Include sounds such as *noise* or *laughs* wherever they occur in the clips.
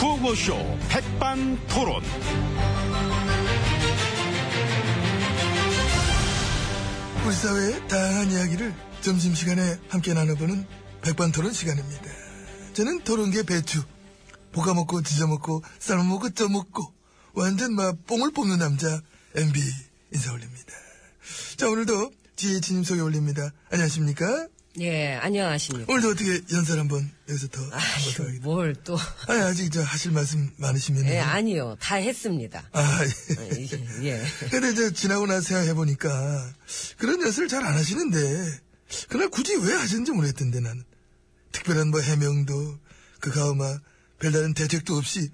라디오쇼 백반토론. 우리 사회의 다양한 이야기를 점심시간에 함께 나눠보는 백반토론 시간입니다. 저는 토론계 배추. 볶아먹고 지져먹고 삶아먹고 쪄먹고 완전 막 뽕을 뽑는 남자 MB 인사 올립니다. 자 오늘도 지혜진님 소개 올립니다. 안녕하십니까? 예, 안녕하십니까. 오늘도 어떻게 연설 한번 여기서 더 해보도록 아유, 하겠습니다. 뭘 또. 아니 아직 저 하실 말씀 많으시면 예, 아니요. 다 했습니다. 아, 예. 예. 예. 근데 이제 지나고 나서 생각해보니까 그런 연습을 잘 안 하시는데 그날 굳이 왜 하셨는지 모르겠던데 나는 특별한 뭐 해명도 그 가오마 별다른 대책도 없이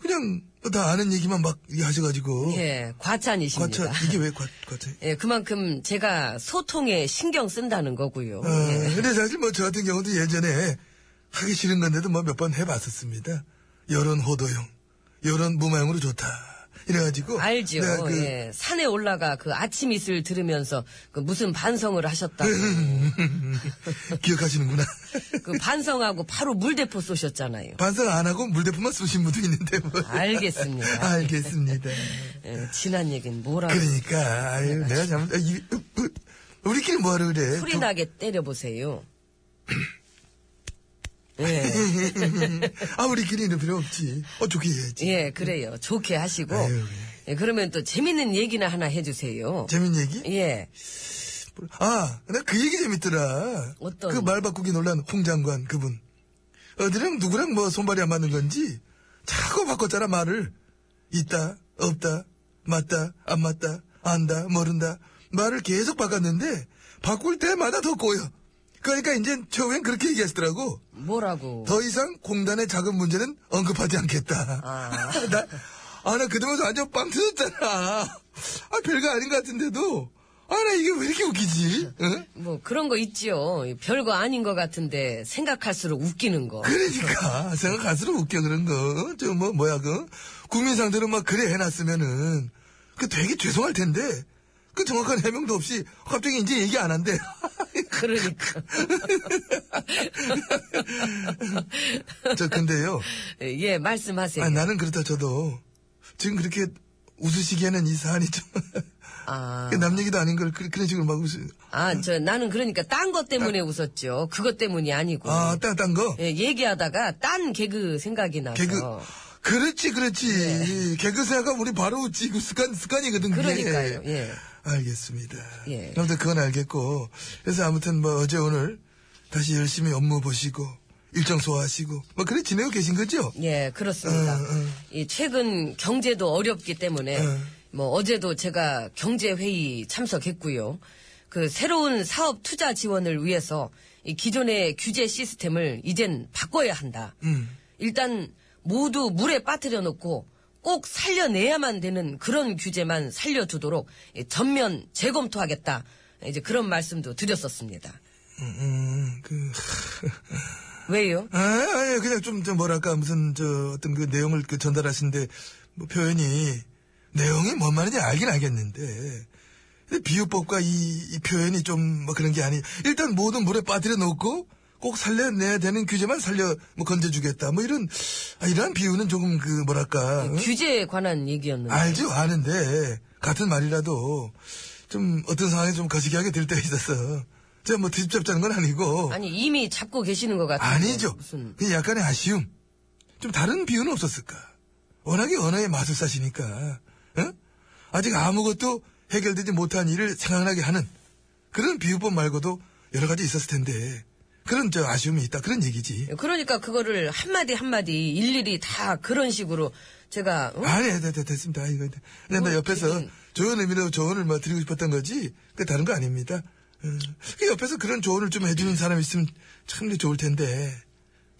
그냥 뭐다 아는 얘기만 막 이렇게 하셔가지고 예, 과찬이십니다. 과차 이게 왜 과, 과차 예, 그만큼 제가 소통에 신경 쓴다는 거고요. 예, 아, 근데 사실 뭐 저 같은 경우도 예전에 하기 싫은 건데도 뭐 몇 번 해봤었습니다 여론 호도용 여론 무마용으로 좋다 이래가지고 알죠. 내가 그 예, 산에 올라가 그 아침 이슬 들으면서 그 무슨 반성을 하셨다고. *laughs* 네. 기억하시는구나 그 반성하고 바로 물대포 쏘셨잖아요. 반성 안 하고 물대포만 쏘신 분도 있는데 뭐. 알겠습니다. 알겠습니다. 예, 지난 얘기는 뭐라고. 아, 그러니까 아유, 내가 잘못 아, 이, 으, 으, 우리끼리 뭐하러 그래? 풀이 네, 나게 때려보세요. 예. *laughs* 아 우리끼리 이런 필요 없지. 어 좋게 해야지. 예, 그래요. 좋게 하시고. 아유, 예, 그러면 또 재밌는 얘기나 하나 해주세요. 재밌는 얘기? 예. 아, 나 그 얘기 재밌더라. 어떤? 그 말 바꾸기 논란 홍 장관 그분 어디랑 누구랑 뭐 손발이 안 맞는 건지 자꾸 바꿨잖아 말을 있다 없다 맞다 안 맞다 안다 모른다 말을 계속 바꿨는데 바꿀 때마다 더 꼬여. 그러니까 이제 처음엔 그렇게 얘기하시더라고. 뭐라고. 더 이상 공단의 작은 문제는 언급하지 않겠다. 아. *laughs* 나, 아, 나 그동안 완전 빵 터졌잖아. 아, 별거 아닌 것 같은데도. 아, 나 이게 왜 이렇게 웃기지? 응? 뭐 그런 거 있지요. 별거 아닌 것 같은데 생각할수록 웃기는 거. 그러니까. 생각할수록 웃겨, 그런 거. 저, 뭐, 뭐야, 그. 국민 상대로 막 그래 해놨으면은. 그 되게 죄송할 텐데. 그 정확한 해명도 없이 갑자기 이제 얘기 안 한대. *laughs* 그러니까. *laughs* 저, 근데요. 예, 말씀하세요. 아, 나는 그렇다 저도 지금 그렇게 웃으시기에는 이 사안이 좀. *laughs* 아. 남 얘기도 아닌 걸 그, 런 식으로 막 웃으. 아, 저 나는 그러니까 딴 것 때문에 웃었죠. 그것 때문이 아니고. 아, 딴, 딴 거? 예, 얘기하다가 딴 개그 생각이 나서. 개그. 그렇지, 그렇지. 개그 생각하면 우리 바로 웃지. 이거 습관, 습관이거든, 그게. 예. 그러니까요, 예. 알겠습니다. 예. 아무튼 그건 알겠고. 그래서 아무튼 뭐 어제 오늘 다시 열심히 업무 보시고, 일정 소화하시고, 뭐 그래 지내고 계신 거죠? 예, 그렇습니다. 어, 어. 이 최근 경제도 어렵기 때문에 어. 뭐 어제도 제가 경제 회의 참석했고요. 그 새로운 사업 투자 지원을 위해서 이 기존의 규제 시스템을 이젠 바꿔야 한다. 음. 일단 모두 물에 빠뜨려 놓고 꼭 살려내야만 되는 그런 규제만 살려주도록 이 전면 재검토하겠다. 이제 그런 말씀도 드렸었습니다. 음, 그, 왜요? 아, 아니, 그냥 좀, 좀 뭐랄까, 무슨, 저, 어떤 그 내용을 그 전달하시는데, 뭐 표현이, 내용이 뭔 말인지 알긴 알겠는데, 근데 비유법과 이, 이 표현이 좀, 뭐 그런 게 아니, 일단 모든 물에 빠뜨려 놓고, 꼭 살려내야 되는 규제만 살려, 뭐 건져주겠다, 뭐 이런, 아, 이러한 비유는 조금 그, 뭐랄까, 응? 규제에 관한 얘기였는데. 알죠, 아는데, 같은 말이라도, 좀, 어떤 상황에 좀 거시기하게 될 때가 있어서, 제가 뭐 뒤집잡자는 건 아니고, 아니 이미 잡고 계시는 것 같아요. 아니죠. 무슨 그 약간의 아쉬움. 좀 다른 비유는 없었을까? 워낙에 언어의 마술사시니까, 응? 아직 아무것도 해결되지 못한 일을 생각나게 하는 그런 비유법 말고도 여러 가지 있었을 텐데, 그런 저 아쉬움이 있다. 그런 얘기지. 그러니까 그거를 한마디 한마디 일일이 다 그런 식으로 제가 어? 아니, 됐, 됐, 됐습니다. 아, 이거. 그냥 나 뭐, 옆에서 지금. 좋은 의미로 조언을 막 드리고 싶었던 거지, 그 다른 거 아닙니다. 응. 그 옆에서 그런 조언을 좀 해주는 사람이 있으면 참 좋을 텐데,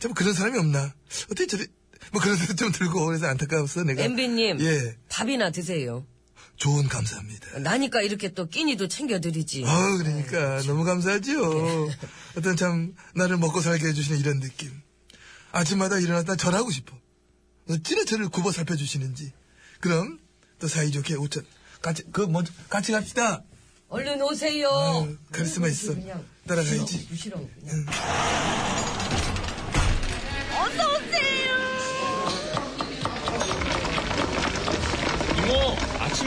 참 그런 사람이 없나? 어떻게 저리, 뭐 그런 생각 좀 들고, 그래서 안타까웠어, 내가. 엠비님 예. 밥이나 드세요. 조언 감사합니다. 나니까 이렇게 또 끼니도 챙겨드리지. 아 그러니까. 너무 감사하지요. 어떤 참, 나를 먹고 살게 해주시는 이런 느낌. 아침마다 일어났다 절하고 싶어. 어찌나 저를 굽어 살펴주시는지. 그럼, 또 사이좋게 오천. 같이, 그, 먼저, 같이 갑시다. 얼른 오세요. 아유, 카리스마 있어. 네, 그냥 따라가야지. 예. 무시렁, 무시렁 그냥. 어서 오세요. 하시면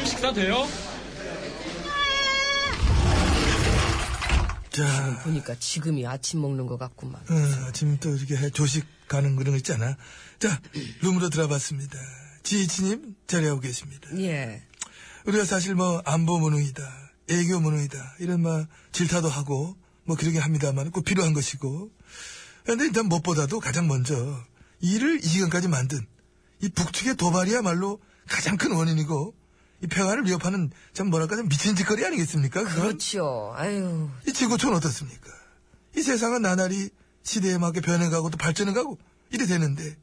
뭐, 식사 돼요? 자, 보니까 지금이 아침 먹는 것 같구만. 어, 아침 또 이렇게 해- 조식 가는 그런 거 있잖아. 자, 룸으로 들어봤습니다. 지혜치님 자리하고 계십니다. 예. 우리가 사실 뭐 안보 무능이다, 애교 무능이다 이런 막 질타도 하고 뭐 그러긴 합니다만 꼭 필요한 것이고. 근데 일단 무엇보다도 가장 먼저 이를 이 시간까지 만든 이 북측의 도발이야말로 가장 큰 원인이고 이 평화를 위협하는 참 뭐랄까 좀 미친 짓거리 아니겠습니까? 그건? 그렇지요. 그렇죠. 아유. 이 지구촌 어떻습니까? 이 세상은 나날이 시대에 맞게 변해가고 또 발전해가고 이래 되는데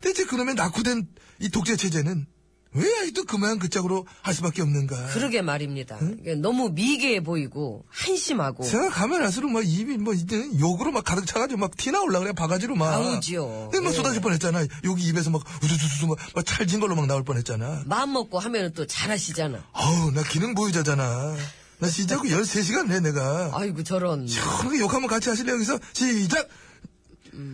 대체 그놈의 낙후된 이 독재 체제는 왜 아직도 그만 그 짝으로 할 수밖에 없는가? 그러게 말입니다. 이게 너무 미개해 보이고 한심하고 생각하면 할수록 막 입이 뭐 이제는 욕으로 막 가득 차가지고 막 티 나올라 그래 바가지로 막. 아우지요. 근데 막 예. 쏟아질 뻔했잖아. 여기 입에서 막 우수수수 막, 막 찰진 걸로 막 나올 뻔했잖아. 마음 먹고 하면은 또 잘하시잖아. 아우 나 기능 보유자잖아. 나 시작하고 그 13시간 내 내가. 아이고 저런. 시원하게 욕하면 같이 하실래요? 여기서 시작.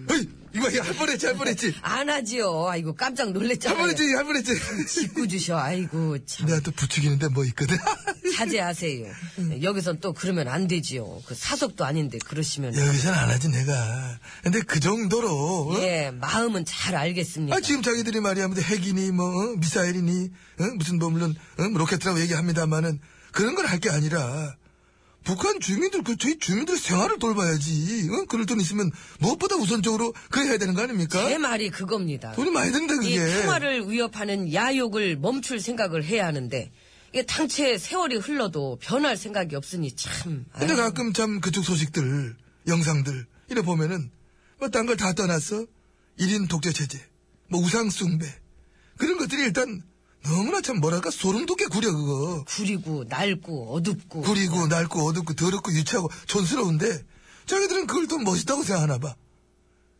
어이, 이거 할 뻔했지, 할 뻔했지. 안 하지요. 아이고 깜짝 할 놀랬잖아요. 뻔했지, 할 뻔했지. 짓고 주셔. 아이고 참 내가 또 부추기는데 뭐 있거든. *laughs* 자제하세요. 음. 네, 여기선 또 그러면 안 되지요. 그 사석도 아닌데 그러시면 여기선 안 하지 내가. 근데 그 정도로. 어? 예 마음은 잘 알겠습니다. 아, 지금 자기들이 말이야, 뭐 핵이니, 뭐, 어? 미사일이니, 어? 무슨, 뭐, 물론, 어? 뭐 로켓이라고 얘기합니다만은, 그런 걸 할 게 아니라, 북한 주민들, 그, 저희 주민들 생활을 돌봐야지. 어? 그럴 돈 있으면, 무엇보다 우선적으로, 그래 해야 되는 거 아닙니까? 제 말이 그겁니다. 돈이 많이 든다, 그게. 이 평화를 위협하는 야욕을 멈출 생각을 해야 하는데 이게 당최 세월이 흘러도 변할 생각이 없으니 참. 근데 아유. 가끔 참 그쪽 소식들, 영상들, 이래 보면은, 뭐, 딴 걸 다 떠나서, 1인 독재체제, 뭐, 우상숭배, 그런 것들이 일단, 너무나 참, 뭐랄까, 소름 돋게 구려, 그거. 구리고 낡고 어둡고 구리고, 낡고, 어둡고, 더럽고, 유치하고, 촌스러운데, 자기들은 그걸 또 멋있다고 생각하나 봐.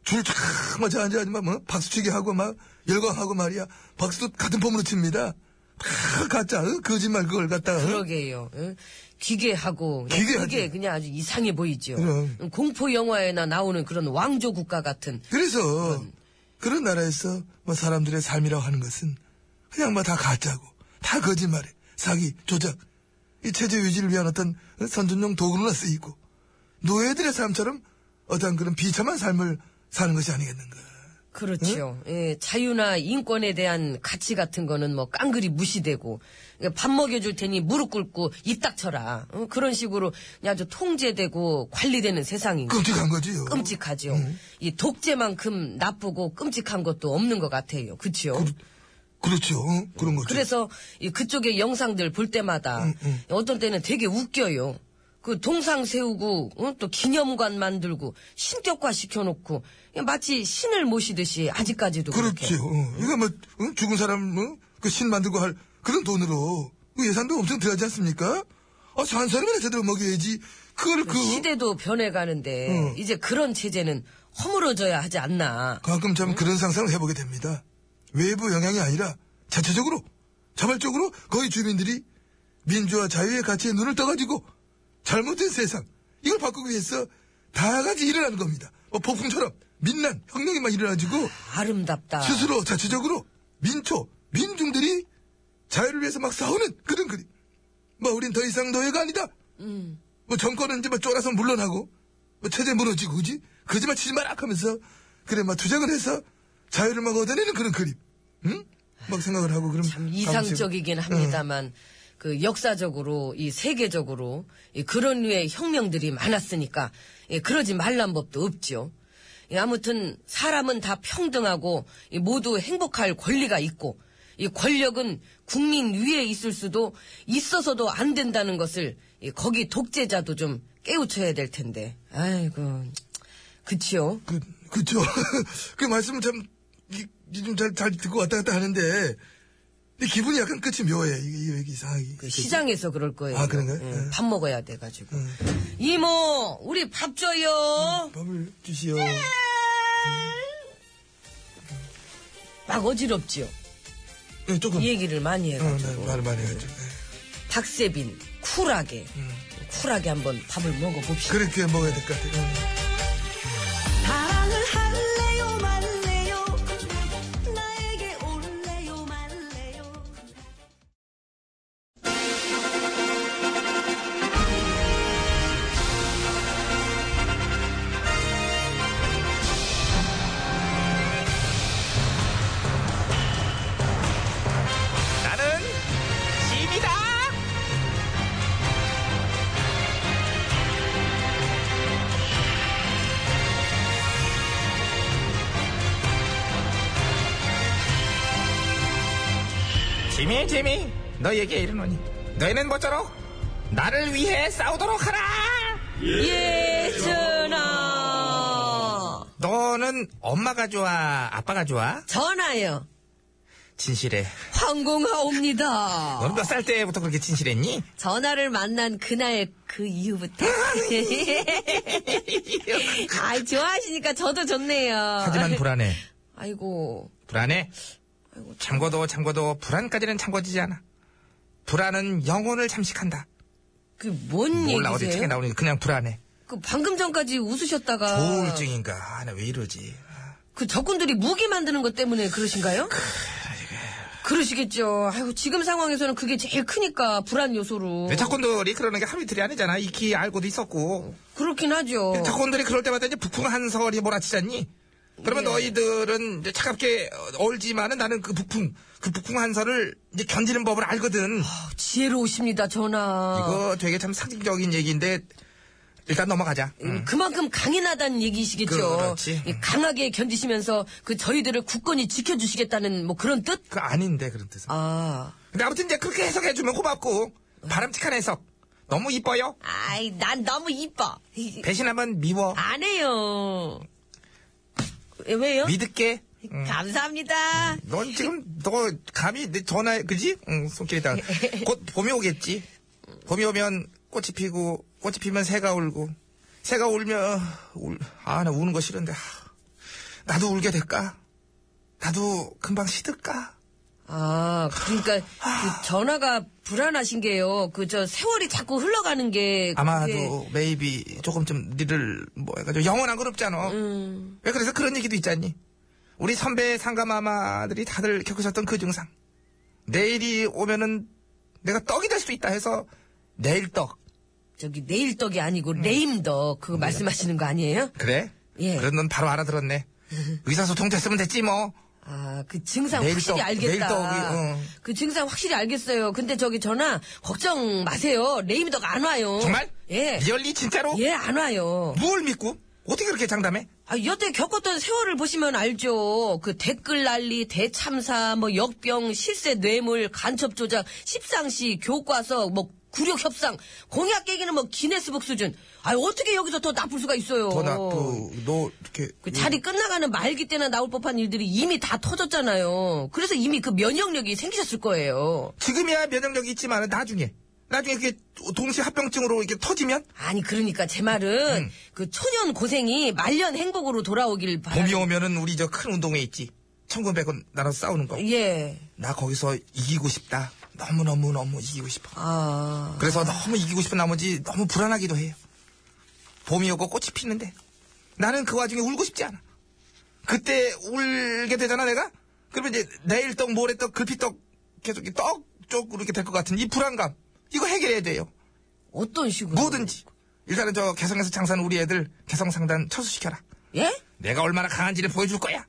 줄쫙 맞아 앉아가지고, 막, 뭐, 박수치기 하고, 막, 열광하고 말이야. 박수도 같은 폼으로 칩니다. 막, 가짜, 어? 거짓말 그걸 갖다가. 어? 그러게요. 응? 기괴하고 기괴하지. 그게 그냥 아주 이상해 보이죠. 그럼. 응, 공포 영화에나 나오는 그런 왕조 국가 같은 그래서 음. 그런 나라에서 뭐 사람들의 삶이라고 하는 것은 그냥 뭐 다 가짜고 다 거짓말에 사기 조작 이 체제 유지를 위한 어떤 선전용 도구로나 쓰이고 노예들의 삶처럼 어떤 그런 비참한 삶을 사는 것이 아니겠는가 그렇죠. 예, 자유나 인권에 대한 가치 같은 거는 뭐 깡그리 무시되고 그러니까 밥 먹여줄 테니 무릎 꿇고 입 닥쳐라 어, 그런 식으로 그냥 아주 통제되고 관리되는 세상인 거. 끔찍한 거지요. 어? 끔찍하죠. 이 독재만큼 나쁘고 끔찍한 것도 없는 것 같아요. 그렇죠. 그렇죠. 어? 그런 거죠. 그래서 이 그쪽의 영상들 볼 때마다 어떤 때는 되게 웃겨요. 그 동상 세우고 어? 또 기념관 만들고 신격화 시켜놓고 마치 신을 모시듯이 아직까지도 그렇게. 그렇죠. 어. 이거 뭐 어? 죽은 사람 그 신 만들고 할 그런 돈으로 그 예산도 엄청 들어가지 않습니까? 아, 산 사람이나 제대로 먹여야지. 그걸 그 시대도 변해가는데 이제 그런 체제는 허물어져야 하지 않나. 가끔 참 그런 상상을 해보게 됩니다. 외부 영향이 아니라 자체적으로, 자발적으로 거의 주민들이 민주와 자유의 가치에 눈을 떠가지고 잘못된 세상, 이걸 바꾸기 위해서 다 같이 일어나는 겁니다. 뭐 폭풍처럼 민난, 혁명이 막 일어나지고 아름답다. 스스로 자체적으로 민초, 민중들이 자유를 위해서 막 싸우는 그런 그림. 뭐 우린 더 이상 노예가 아니다. 음. 뭐 정권은 이제 막 쫄아서 물러나고 뭐 체제 무너지고 그지 거짓말 치지 마라 하면서 그래 막 투쟁을 해서 자유를 막 얻어내는 그런 그림. 응? 막 생각을 하고 그럼 예. 참 이상적이긴 가끔씩, 합니다만 그 역사적으로 이 세계적으로 이 그런 류의 혁명들이 많았으니까 예, 그러지 말란 법도 없죠. 예, 아무튼 사람은 다 평등하고 이 모두 행복할 권리가 있고 이 권력은 국민 위에 있을 수도 있어서도 안 된다는 것을 이 거기 독재자도 좀 깨우쳐야 될 텐데. 아이고 그치요. 그, 그쵸. *laughs* 그 말씀을 참, 좀 잘, 잘 듣고 왔다 갔다 하는데, 근데 기분이 약간 끝이 묘해. 이게, 이게 왜 이렇게 이상하게. 그 시장에서 그럴 거예요. 네, 아, 그런가요? 예, 네. 음. 밥 먹어야 돼가지고. 이모, 뭐, 우리 밥 줘요. 밥을 주시오. 예, 막 어지럽지요. 네, 조금. 이 얘기를 많이 어, 해가지고. 네, 말을 많이 해가지고. 네. 박세빈, 쿨하게. 음. 쿨하게 한번 밥을 먹어봅시다. 그렇게 먹어야 될 것 같아요. 응. 사랑을 할래요 말래요 나에게 올래요 말래요 지미 지미 너에게 이르노니 너희는 모쪼록 나를 위해 싸우도록 하라 그- 예, 전하. 너는 엄마가 좋아 아빠가 좋아 전하요. 진실해 황공하옵니다. 너는 몇 살 때부터 그렇게 진실했니 전화를 만난 그날 *laughs* 그 이후부터. 아이, 좋아하시니까 저도 아, 좋네요. 하지만 불안해 아이고, 불안해 참고도 참고도 불안까지는 참고지지 않아 불안은 영혼을 잠식한다 그 뭔 몰라 어디 책에 얘기세요? 아. 나오니 그냥 불안해 그 방금 전까지 웃으셨다가 우울증인가 아, 나 왜 이러지 그 적군들이 무기 만드는 것 때문에 그러신가요? 그러시겠죠. 아이고, 지금 상황에서는 그게 제일 크니까 불안 요소로. 내 자꾼들이 그러는 게 하루 이틀이 아니잖아 익히 알고도 있었고 그렇긴 하죠. 근데 자꾼들이 그럴 때마다 이제 북풍 한설이 몰아치잖니 그러면 예. 너희들은 이제 차갑게 어, 얼지만은 나는 그 북풍 그 북풍 한설을 이제 견디는 법을 알거든 아. 지혜로우십니다, 전하. 이거 되게 참 상징적인 얘기인데 일단 넘어가자 음. 그만큼 강인하다는 얘기시겠죠. 그렇지. 이 강하게 견디시면서 그 저희들을 굳건히 지켜주시겠다는 뭐 그런 뜻? 그 아닌데 그런 뜻은 아, 근데 아무튼 이제 그렇게 해석해주면 고맙고 바람직한 해석 너무 이뻐요 아이, 난 너무 이뻐. 배신하면 미워 안 해요. 예, 왜요? 믿을게 음. 음. 감사합니다. 넌 지금 너 감히 내 전화 그지? 응 손길이다. 곧 봄이 오겠지. 봄이 오면 꽃이 피고 꽃이 피면 새가 울고 새가 울면 울아나 우는 거 싫은데 하, 나도 울게 될까? 나도 금방 시들까? 아, 그러니까 그 전화가 불안하신 게요. 그 저 세월이 자꾸 흘러가는 게 그게- 아마도 maybe 조금쯤 니들 뭐 해가지고 영원한 건 없잖아. 음, 왜 그래서 그런 얘기도 있잖니. 우리 선배 상가마마들이 다들 겪으셨던 그 증상. 내일이 오면은 내가 떡이 될 수도 있다 해서 내일 떡. 저기 내일 떡이 아니고 레임덕 네. 그거 말씀하시는 거 아니에요? 그래? 예. 그럼 넌 바로 알아들었네. 의사소통 됐으면 됐지 뭐. 아, 그 증상 내일 확실히 떡, 내일 알겠다. 떡이, 어. 그 증상 확실히 알겠어요. 근데 저기 전화 걱정 마세요. 레임덕 안 와요. 정말? 뭐? 예. 리얼리 진짜로? 예, 안 와요. 뭘 믿고? 어떻게 그렇게 장담해? 아, 여태 겪었던 세월을 보시면 알죠. 그 댓글 난리, 대참사, 뭐 역병, 실세 뇌물, 간첩 조작, 십상시, 교과서, 뭐 구력 협상, 공약 깨기는 뭐 기네스북 수준. 아, 어떻게 여기서 더 나쁠 수가 있어요. 더 나쁘, 너 이렇게 그 자리 끝나가는 말기 때나 나올 법한 일들이 이미 다 터졌잖아요. 그래서 이미 그 면역력이 생기셨을 거예요. 지금이야 면역력이 있지만 나중에 나중에 그게 동시 합병증으로 이렇게 터지면 아니 그러니까 제 말은 음. 그 초년 고생이 말년 행복으로 봄이 돌아오길 바라요. 오면은 우리 저 큰 운동회 있지. 1900원 나눠서 싸우는 거. 예. 나 거기서 이기고 싶다. 너무너무 너무 이기고 싶어. 아. 그래서 너무 이기고 싶은 나머지 너무 불안하기도 해요. 봄이 오고 꽃이 피는데 나는 그 와중에 울고 싶지 않아. 그때 울게 되잖아 내가? 그러면 이제 내일 떡, 모레 떡, 글피 떡 계속 이떡 쪽으로 이렇게 될 것 같은 이 불안감 이거 해결해야 돼요. 어떤 식으로? 뭐든지. 일단은 저 개성에서 장사는 우리 애들 개성 상단 철수시켜라. 예? 내가 얼마나 강한지를 보여줄 거야.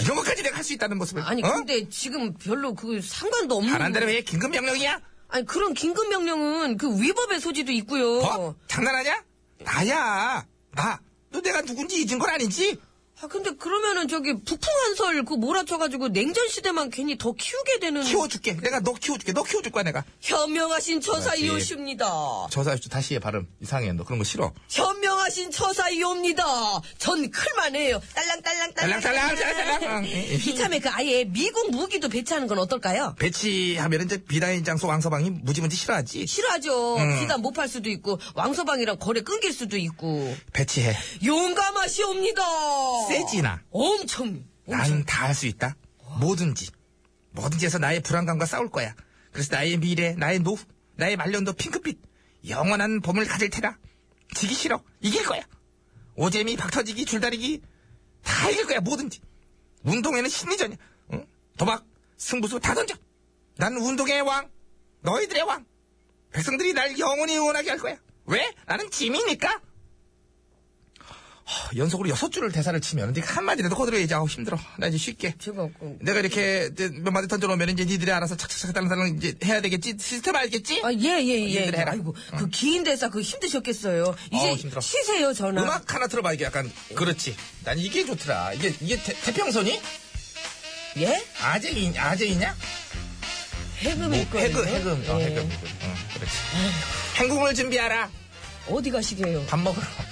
이런 것까지 내가 할 수 있다는 모습을. 아니 어? 근데 지금 별로 그 상관도 없는. 안 한다는 왜 긴급 명령이야? 아니 그런 긴급 명령은 그 위법의 소지도 있고요. 어? 장난하냐? 나야. 나. 너 내가 누군지 잊은 건 아니지? 아 근데 그러면은 저기 북풍한설 그 몰아쳐가지고 냉전 시대만 괜히 더 키우게 되는. 키워줄게. 내가 너 키워줄게. 너 키워줄 거야, 내가. 현명하신 맞지. 처사이오십니다. 저사, 다시 해, 발음. 이상해. 너 그런 거 싫어. 현명하신 처사이옵니다. 전 클만해요. 딸랑딸랑 딸랑. 딸랑딸랑, 딸랑딸랑. 이참에 그 아예 미국 무기도 배치하는 건 어떨까요? 배치하면 이제 비단인 장소 왕서방이 무지무지 싫어하지. 싫어하죠. 음. 비단 못 팔 수도 있고 왕서방이랑 거래 끊길 수도 있고. 배치해. 용감하시옵니다. 세지나. 엄청. 난 다 할 수 있다. 뭐든지. 뭐든지 해서 나의 불안감과 싸울 거야. 그래서 나의 미래, 나의 노후, 나의 말년도 핑크빛, 영원한 봄을 가질 테라. 지기 싫어. 이길 거야. 오재미, 박터지기, 줄다리기. 다 이길 거야, 뭐든지. 운동에는 심리전이야. 응? 도박, 승부수 다 던져. 난 운동의 왕. 너희들의 왕. 백성들이 날 영원히 응원하게 할 거야. 왜? 나는 짐이니까. 허, 연속으로 여섯 줄을 대사를 치면 네가 한마디라도 거들어야지. 아우, 힘들어. 나 이제 쉴게. 즐겁고. 내가 이렇게 이제 몇 마디 던져놓으면 이제 니들이 알아서 착착착 달랑달랑 이제 해야 되겠지? 시스템 알겠지? 아, 예, 예, 예. 얘기를 해라. 아이고, 그 긴 대사 그 힘드셨겠어요. 이제 어우, 힘들어. 쉬세요, 전화. 음악 하나 틀어봐, 이게 약간. 그렇지. 난 이게 좋더라. 이게, 이게 태, 평선이 예? 아재이, 아재이냐? 해금일 거예요. 뭐, 네, 해금, 해금, 어, 예. 해금. 해금. 응, 그렇지. 행궁을 준비하라. 어디 가시게요? 밥 먹으러.